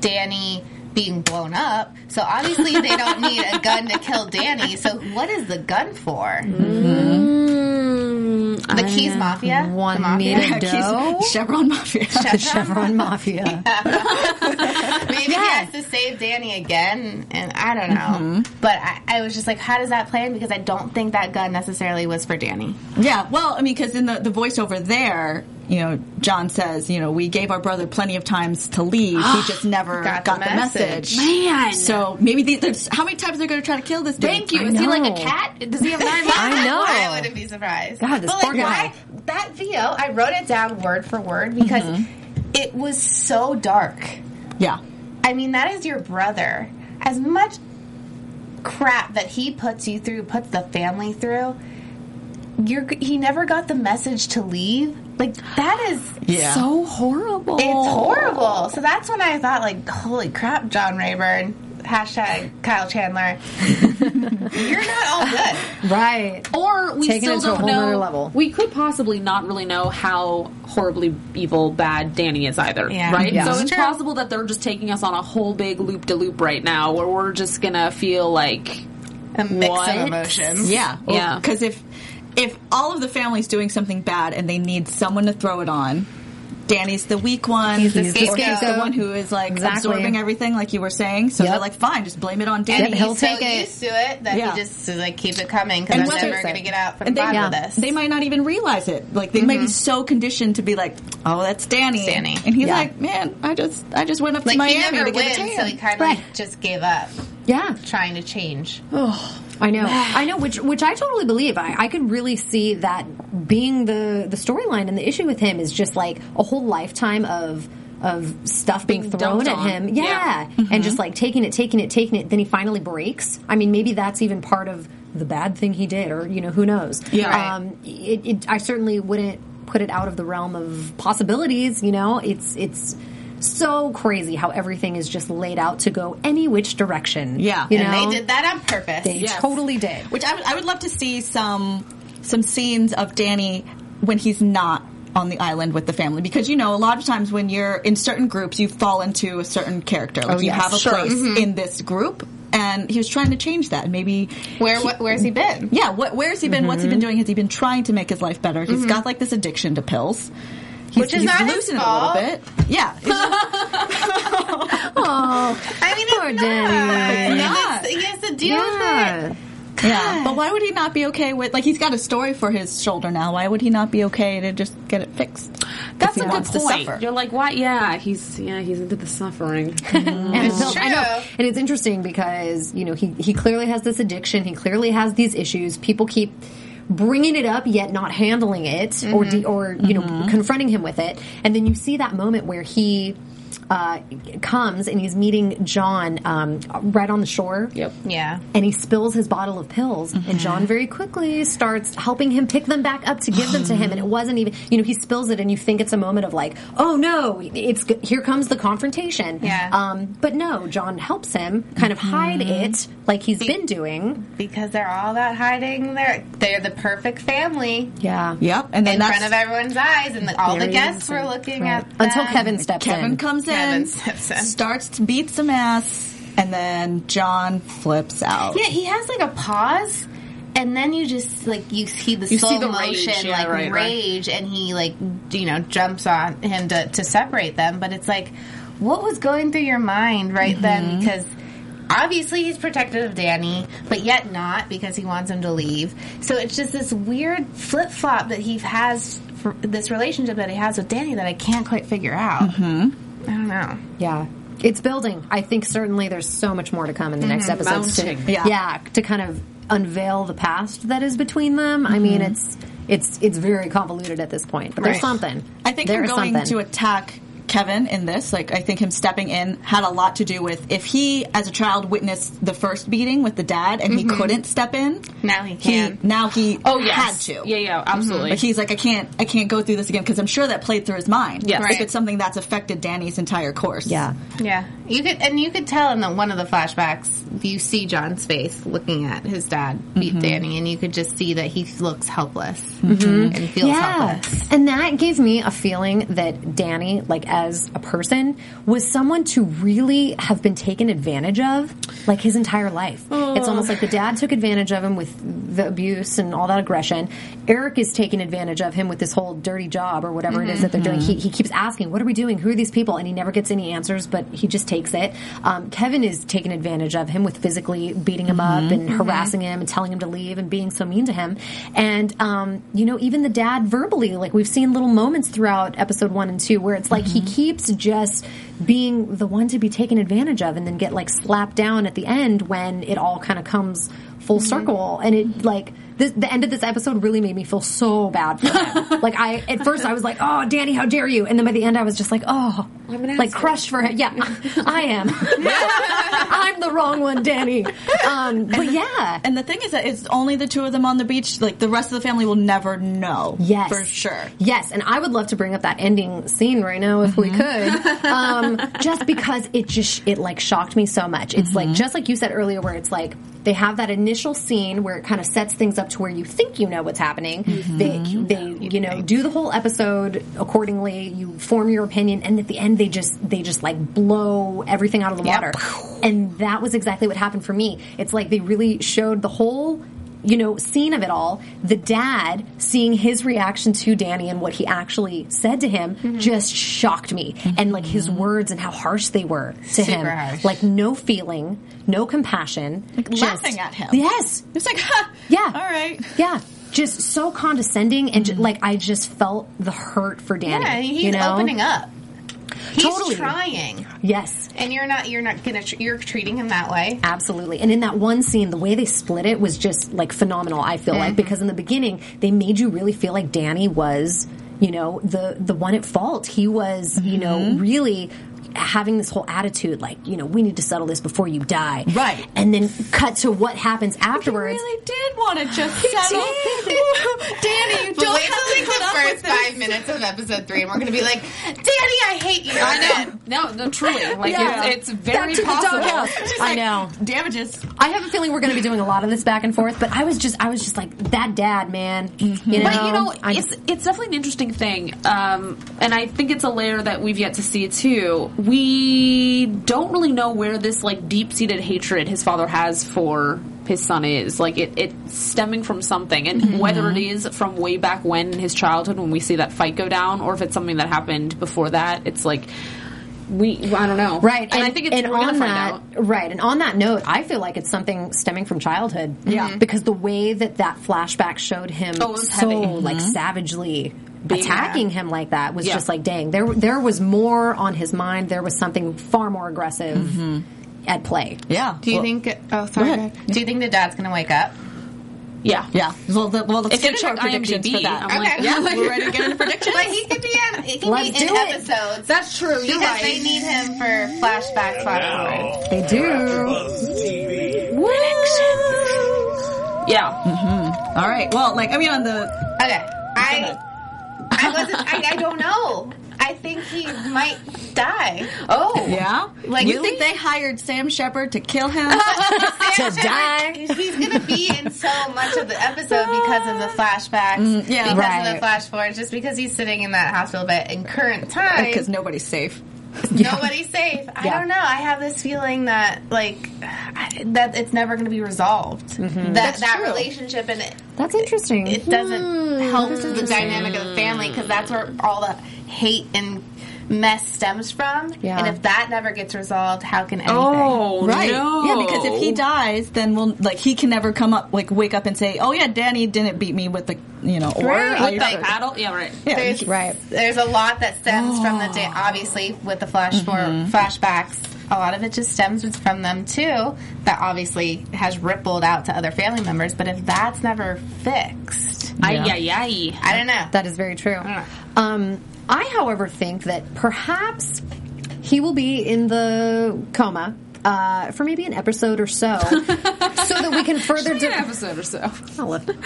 Danny being blown up. So obviously, they don't need a gun to kill Danny. So what is the gun for? Mm-hmm. Hmm, The Keys Mafia. the One [LAUGHS] mafia? meter dough. Chevron Mafia. The Chevron Mafia. Maybe he has to save Danny again, and I don't know. Mm-hmm. But I, I was just like, how does that play in? Because I don't think that gun necessarily was for Danny. [LAUGHS] Yeah, well, I mean, because in the, the voiceover there, you know, John says, you know, we gave our brother plenty of times to leave. He just never got, Got the, the message. message. Man. So maybe these, there's- how many times they're going to try to kill this dude? Thank you. Is he like a know. cat? Does he have nine lives? I know. I wouldn't be surprised. God, this but like, poor guy. why- that VO, I wrote it down word for word because Mm-hmm. it was so dark. Yeah. I mean, that is your brother. As much crap that he puts you through, puts the family through. You're, he never got the message to leave. Like that is Yeah. So horrible. It's horrible. So that's when I thought, like, holy crap, John Rayburn. Hashtag Kyle [LAUGHS] Chandler. You're not all good. right. Or we Taking still it to a don't whole nother know. level. We could possibly not really know how horribly evil bad Danny is either, Yeah. right? Yeah. So it's True. possible that they're just taking us on a whole big loop de loop right now, where we're just gonna feel like A mix What? of [LAUGHS] emotions. Yeah. Yeah. Because if, if all of the family's doing something bad and they need someone to throw it on, Danny's the weak one. He's the or he's the scapegoat. one who is like Exactly. absorbing everything, like you were saying. So Yep. they're like, fine, just blame it on And Danny. he'll he's so take it. used to it that Yeah. he just is like, keep it coming because I'm whether- never going to get out from the and they, bottom yeah. of this. they might not even realize it. Like they might be so conditioned to be like, "Oh, that's Danny," Danny. and he's Yeah. like, "Man, I just I just went up to like, he Miami never to get a wins, tan." so he kind of Right. just gave up Yeah. trying to change. Oh. I know, I know, which which I totally believe. I, I could really see that being the the storyline and the issue with him is just like a whole lifetime of of stuff being, Being thrown dumped at on. him, yeah, Yeah. and just like taking it, taking it, taking it. Then he finally breaks. I mean, maybe that's even part of the bad thing he did, or you know, who knows? Yeah. Right. um, it, it, I certainly wouldn't put it out of the realm of possibilities. You know, it's it's. So crazy how everything is just laid out to go any which direction. Yeah. you And know? they did that on purpose. They totally did. Which I would- I would love to see some some scenes of Danny when he's not on the island with the family because you know a lot of times when you're in certain groups you fall into a certain character like you yes, have a place in this group and he was trying to change that maybe Where wh- where's he been? Yeah, what, where's he been? What's he been doing? Has he been trying to make his life better? He's got like this addiction to pills. He's, Which is he's not his losing fault. it a little bit. Yeah. It's- I mean, Poor it's Danny. not. It's- He has to deal with it. yeah. But why would he not be okay with like he's got a story for his shoulder now? Why would he not be okay to just get it fixed? that's he a good wants to point. suffer. You're like, why? Yeah, he's yeah, he's into the suffering. Mm-hmm. And it's true. I know. And it's interesting because, you know, he, he clearly has this addiction. He clearly has these issues. People keep bringing it up yet not handling it or, de- or you know, confronting him with it. And then you see that moment where he uh, comes and he's meeting John um, right on the shore. [LAUGHS] yep. Yeah. And he spills his bottle of pills, and John very quickly starts helping him pick them back up to give them to him. And it wasn't even, you know, he spills it, and you think it's a moment of like, oh no, it's g- here comes the confrontation. Yeah. Um, but no, John helps him kind of hide it, like he's been doing. Because they're all about hiding. They're they're the perfect family Yeah. Yep. And then in that's front of everyone's eyes, and the, all the Very guests innocent. were looking Right. at them. Until Kevin steps in. Kevin comes Kevin in, steps in. starts to beat some ass. and then John flips out. Yeah, he has like a pause, and then you just like you see the You slow see the motion, rage, yeah, like right, right. rage, and he like you know jumps on him to, to separate them. But it's like, what was going through your mind right Mm-hmm. then? Because obviously he's protective of Danny, but yet not because he wants him to leave. So it's just this weird flip flop that he has. For this relationship that he has with Danny that I can't quite figure out. Mm-hmm. I don't know. Yeah. It's building. I think certainly there's so much more to come in the next Mm-hmm. episodes. To, mounting. yeah. to kind of unveil the past that is between them. I mean, Mm-hmm. it's it's it's very convoluted at this point, but there's Right. something. I think there's him going something. to attack Kevin in this, like I think him stepping in had a lot to do with if he as a child witnessed the first beating with the dad and he couldn't step in. Now he can. now he Mm-hmm. Oh yes. had to. Yeah, yeah, Mm-hmm. absolutely. But he's like, I can't, I can't go through this again because I'm sure that played through his mind. Yes. if Right. it's something that's affected Danny's entire course. Yeah. Yeah, you could, and you could tell in the, one of the flashbacks, you see John's face looking at his dad beat Danny, and you could just see that he looks helpless and feels Yeah. helpless. And that gave me a feeling that Danny, like as a person, was someone to really have been taken advantage of like his entire life. It's almost like the dad took advantage of him with the abuse and all that aggression. Eric is taking advantage of him with this whole dirty job or whatever it is that they're doing. Mm-hmm. He, he keeps asking, What are we doing? Who are these people? And he never gets any answers, but he just takes it. Um, Kevin is taking advantage of him with physically beating him Mm-hmm. up and harassing him and telling him to leave and being so mean to him. And, um, you know, even the dad verbally, like we've seen little moments throughout episode one and two where it's like Mm-hmm. he keeps just being the one to be taken advantage of and then get like slapped down at the end when it all kind of comes full Mm-hmm. circle. And it like, this, the end of this episode really made me feel so bad [LAUGHS] for him. like I, at first I was like, "Oh, Danny, how dare you!" And then by the end, I was just like, "Oh, I'm an like asshole. crushed for [LAUGHS] him." Yeah, I am. [LAUGHS] I'm the wrong one, Danny. Um, but yeah, And the thing is that it's only the two of them on the beach. Like the rest of the family will never know. Yes. for sure. Yes, and I would love to bring up that ending scene right now if Mm-hmm. we could. [LAUGHS] Um, just because it just it like shocked me so much. It's Mm-hmm. like just like you said earlier where it's like they have that initial scene where it kind of sets things up to where you think you know what's happening. Mm-hmm. They they you know do the whole episode accordingly, you form your opinion and at the end they just they just like blow everything out of the water. And that was exactly what happened for me. It's like they really showed the whole you know, scene of it all, the dad seeing his reaction to Danny and what he actually said to him just shocked me. And like his words and how harsh they were to him. harsh. Like no feeling, no compassion. just- laughing at him. Yes. It's like, ha, Yeah. all right. Yeah. Just so condescending and ju- like I just felt the hurt for Danny. Yeah, he's you know? opening up. He's Totally. trying, Yes. and you're not. You're not gonna. tr- You're treating him that way. Absolutely. And in that one scene, the way they split it was just like phenomenal, I feel Mm-hmm. like, because in the beginning, they made you really feel like Danny was, you know, the, the one at fault. He was, you know, Mm-hmm. really having this whole attitude like, you know, we need to settle this before you die. Right. And then cut to what happens afterwards. He really did want to [LAUGHS] just He settle. did. [LAUGHS] Danny, you But don't wait have till to put like up with the first this. five minutes of episode three, and we're gonna be like, "Danny, I hate you." I know. no, no, truly, [LAUGHS] like Yeah. it's, it's Back very to the possible. doghouse. I know. Damages. I have a feeling we're going to be doing a lot of this back and forth, but I was just, I was just like that dad, man. You know, Mm-hmm. But you know, I it's it's definitely an interesting thing, um, and I think it's a layer that we've yet to see too. We don't really know where this like deep seated hatred his father has for his son is. Like it, it's stemming from something, and whether it is from way back when in his childhood when we see that fight go down, or if it's something that happened before that, it's like. We, I don't know. Right, and, I think it's and we're gonna on find that, out. Right, and on that note, I feel like it's something stemming from childhood. Yeah, because the way that that flashback showed him Oh, it was so heavy. like savagely attacking him like that was Yeah. just like, dang, there there was more on his mind. There was something far more aggressive at play. Yeah. Do you Well, think? Oh, sorry. ahead. Greg. Do you think the dad's gonna wake up? Yeah, Yeah. Well, the, well let's If get you to our check predictions IMDb, for that. I'm like, yeah, we're ready to get into predictions. [LAUGHS] But he could be on. He can Let's be in do it. episodes. That's true. Because they need him for flashback, flash forward. They do. Buzz TV. yeah. All right. Well, like, I mean, on the. Okay. I I wasn't I, I don't know. I think he might die. Oh. [LAUGHS] Yeah? Like, you really? think they hired Sam Shepard to kill [LAUGHS] him? To die. He's gonna be in so much of the episode because of the flashbacks, yeah. because of Right. the flash forwards, just because he's sitting in that hospital bed in current time. Because nobody's safe. Nobody's safe. I Yeah. don't know. I have this feeling that like I- that it's never going to be resolved. That that relationship and it, That's interesting. it doesn't help the dynamic of the family because that's where all the hate and mess stems from. Yeah. And if that never gets resolved, how can anything? Oh Right. no! Yeah, because if Oh. he dies, then we'll like he can never come up like wake up and say, "Oh yeah, Danny didn't beat me with the you know or Right. I- with the paddle, yeah, right. yeah, There's, Right. there's a lot that stems from the day, obviously, with the flash for flashbacks. A lot of it just stems from them too. That obviously has rippled out to other family members. But if that's never fixed, Ay ay ay. I don't know. That is very true. Um, I, however, think that perhaps he will be in the coma uh, for maybe an episode [LAUGHS] or so, so that we can further. An de- episode or so. I'll give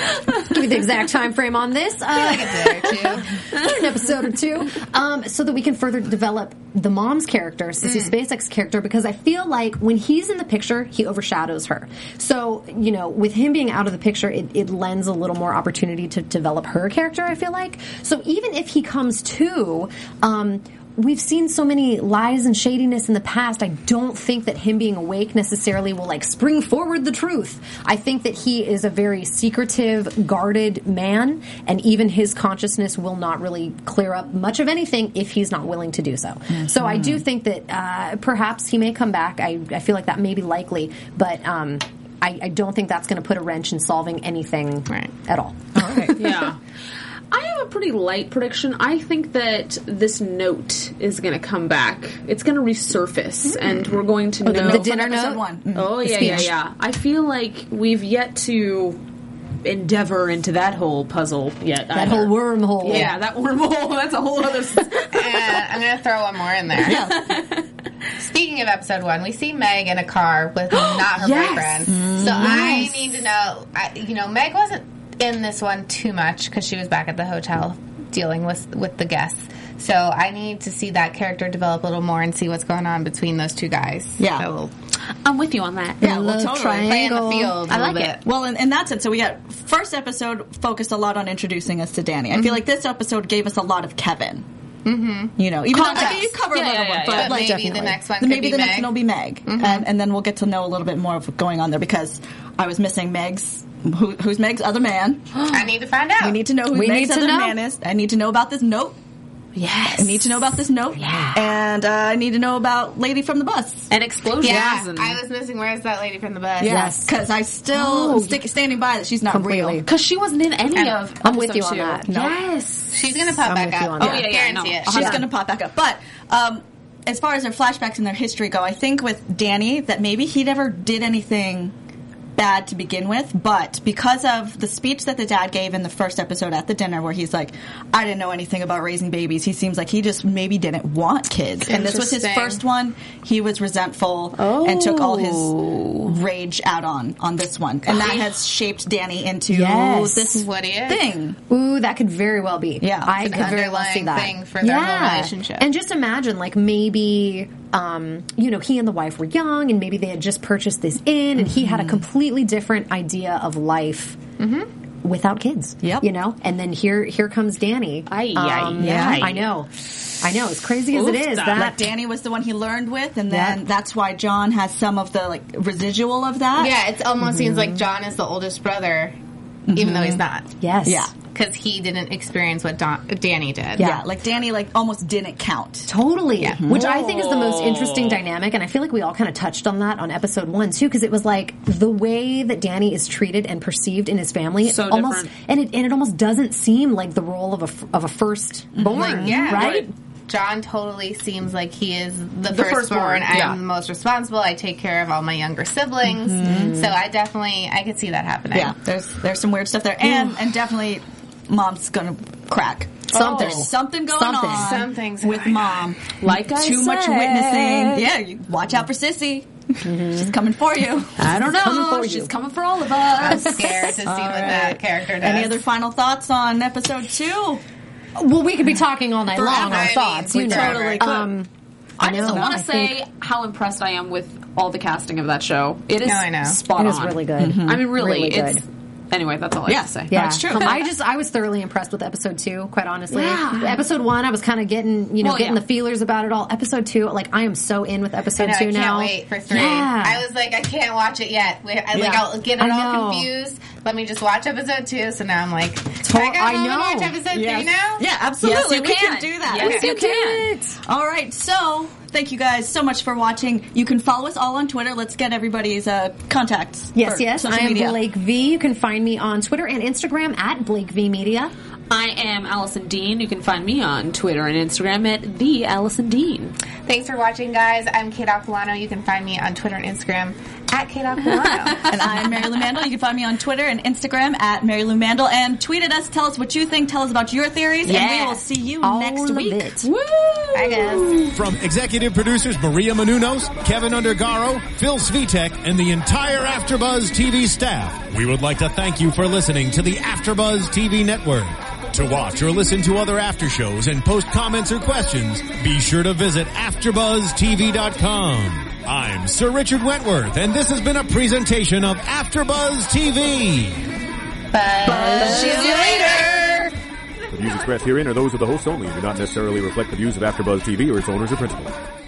you the exact time frame on this. Uh, There too. [LAUGHS] an episode or two, um, so that we can further develop the mom's character, Sissy Spacek's character, because I feel like when he's in the picture, he overshadows her. So, you know, with him being out of the picture, it, it lends a little more opportunity to develop her character, I feel like. So even if he comes to, um, We've seen so many lies and shadiness in the past. I don't think that him being awake necessarily will like spring forward the truth. I think that he is a very secretive, guarded man, and even his consciousness will not really clear up much of anything if he's not willing to do so. Mm-hmm. So I do think that uh, perhaps he may come back. I, I feel like that may be likely, but um, I, I don't think that's going to put a wrench in solving anything Right. at all. [LAUGHS] yeah. [LAUGHS] I have a pretty light prediction. I think that this note is going to come back. It's going to resurface, and we're going to know the dinner Episode note. one. Mm. Oh yeah, yeah, speech. yeah. I feel like we've yet to endeavor into that whole puzzle yet. That whole wormhole. Yeah, that wormhole. [LAUGHS] That's a whole other. s- Uh, I'm going to throw one more in there. Speaking of episode one, we see Meg in a car [GASPS] with not her Yes. boyfriend. So I need to know. I, you know, Meg wasn't in this one too much because she was back at the hotel dealing with with the guests. So I need to see that character develop a little more and see what's going on between those two guys. Yeah. a little I'm with you on that. yeah, well, Love totally. triangle. play in the field. I like bit. Well, and, and that's it. So we got first episode focused a lot on introducing us to Danny. I feel like this episode gave us a lot of Kevin. Mm-hmm. You know, even though like, Context. you cover Yeah, a little yeah, yeah, bit, But but like maybe the next one. then Could maybe be the Meg. next one will be Meg, and, and then we'll get to know a little bit more of going on there because I was missing Meg's. Who, who's Meg's other man? I need to find out. I need to know who We Meg's need to other know. man is. I need to know about this note. Yes. I need to know about this note. Yeah. And uh, I need to know about Lady from the Bus. and explosions. Yeah, and- I was missing. Where's that lady from the bus? Yes. Because I still stick, standing by that she's not Completely. real. Because she wasn't in any And of. I'm with episode you on two. that. No. Yes. she's gonna pop I'm back with you up. on that. Oh, yeah, yeah, guarantee no. it. She's She's Yeah. going to pop back up. But um, as far as their flashbacks and their history go, I think with Danny that maybe he never did anything bad to begin with, but because of the speech that the dad gave in the first episode at the dinner where he's like, I didn't know anything about raising babies. He seems like he just maybe didn't want kids. And this was his Interesting. first one. He was resentful and took all his rage out on on this one. And that has shaped Danny into Yes. this What he is. thing. Ooh, that could very well be. Yeah. I It's could very well see underlying that thing for their whole relationship. And just imagine, like maybe, um, you know, he and the wife were young, and maybe they had just purchased this inn, and he had a completely different idea of life. Without kids, Yep. you know, and then here, here comes Danny. Um, Ay, ay, ay. I know, I know. As crazy as it Oof, is, that- that Like Danny was the one he learned with, and then Yeah. that's why John has some of the like residual of that. Yeah, it almost seems like John is the oldest brother, even though he's not. Mm-hmm. yes, Yeah. because he didn't experience what Don- Danny did. yeah. Like Danny, like almost didn't count. Totally. Which I think is the most interesting dynamic. And I feel like we all kind of touched on that on episode one, too, because it was like the way that Danny is treated and perceived in his family. So almost, different. And it, and it almost doesn't seem like the role of a, f- of a firstborn. yeah, right? John totally seems like he is the, The firstborn. firstborn, I'm yeah. the most responsible. I take care of all my younger siblings. Mm-hmm. So I definitely I could see that happening. Yeah. There's there's some weird stuff there, and and definitely, mom's gonna crack. Something. Oh. There's something going Something. on. Something's with going mom. Like I too much said. witnessing. Yeah. You watch out for sissy. Mm-hmm. She's coming for you. I don't coming know. for She's you. coming for all of us. I'm scared to see what that character does. Any other final thoughts on episode two? Well, we could be talking all night Forever. long, I our mean, thoughts. we you know. totally could. Um, I just know, want I to say how impressed I am with all the casting of that show. It is No, I know. spot It on. is really good. I mean, really, Really good. it's Anyway, that's all I Yeah. have to say. Yeah, That's true. I just I was thoroughly impressed with episode two. Quite honestly, episode one I was kind of getting you know Well, getting yeah. the feelers about it all. Episode two, like I am so in with episode I know, two I can't now. wait for three. Yeah. I was like, I can't watch it yet. Wait, I, Like, Yeah. I'll get I it all know. confused. Let me just watch episode two. So now I'm like, Tol- I I got home and know. watch episode Yes. three now. Yeah, absolutely. Yes, you we can. do that. Yes, Okay. you can. All right, so thank you guys so much for watching. You can follow us all on Twitter. Let's get everybody's uh, contacts. Yes, for yes. I Social am media. Blake V. You can find me on Twitter and Instagram at Blake V Media. I am Allison Dean. You can find me on Twitter and Instagram at the Allison Dean. Thanks for watching, guys. I'm Kate Aquilano. You can find me on Twitter and Instagram at Kate [LAUGHS] Aquilano. And [LAUGHS] I'm Mary Lou Mandel. You can find me on Twitter and Instagram at Mary Lou Mandel. And tweet at us. Tell us what you think. Tell us about your theories. And Yeah. we will see you All next of week. it. Woo! Bye, guys. From executive producers Maria Manunos, Kevin Undergaro, Phil Svitek, and the entire AfterBuzz TV staff, we would like to thank you for listening to the AfterBuzz TV network. To watch or listen to other after shows and post comments or questions, be sure to visit AfterBuzzTV.com. I'm Sir Richard Wentworth, and this has been a presentation of AfterBuzz TV. The views expressed herein are those of the hosts only and do not necessarily reflect the views of AfterBuzz TV or its owners or principals.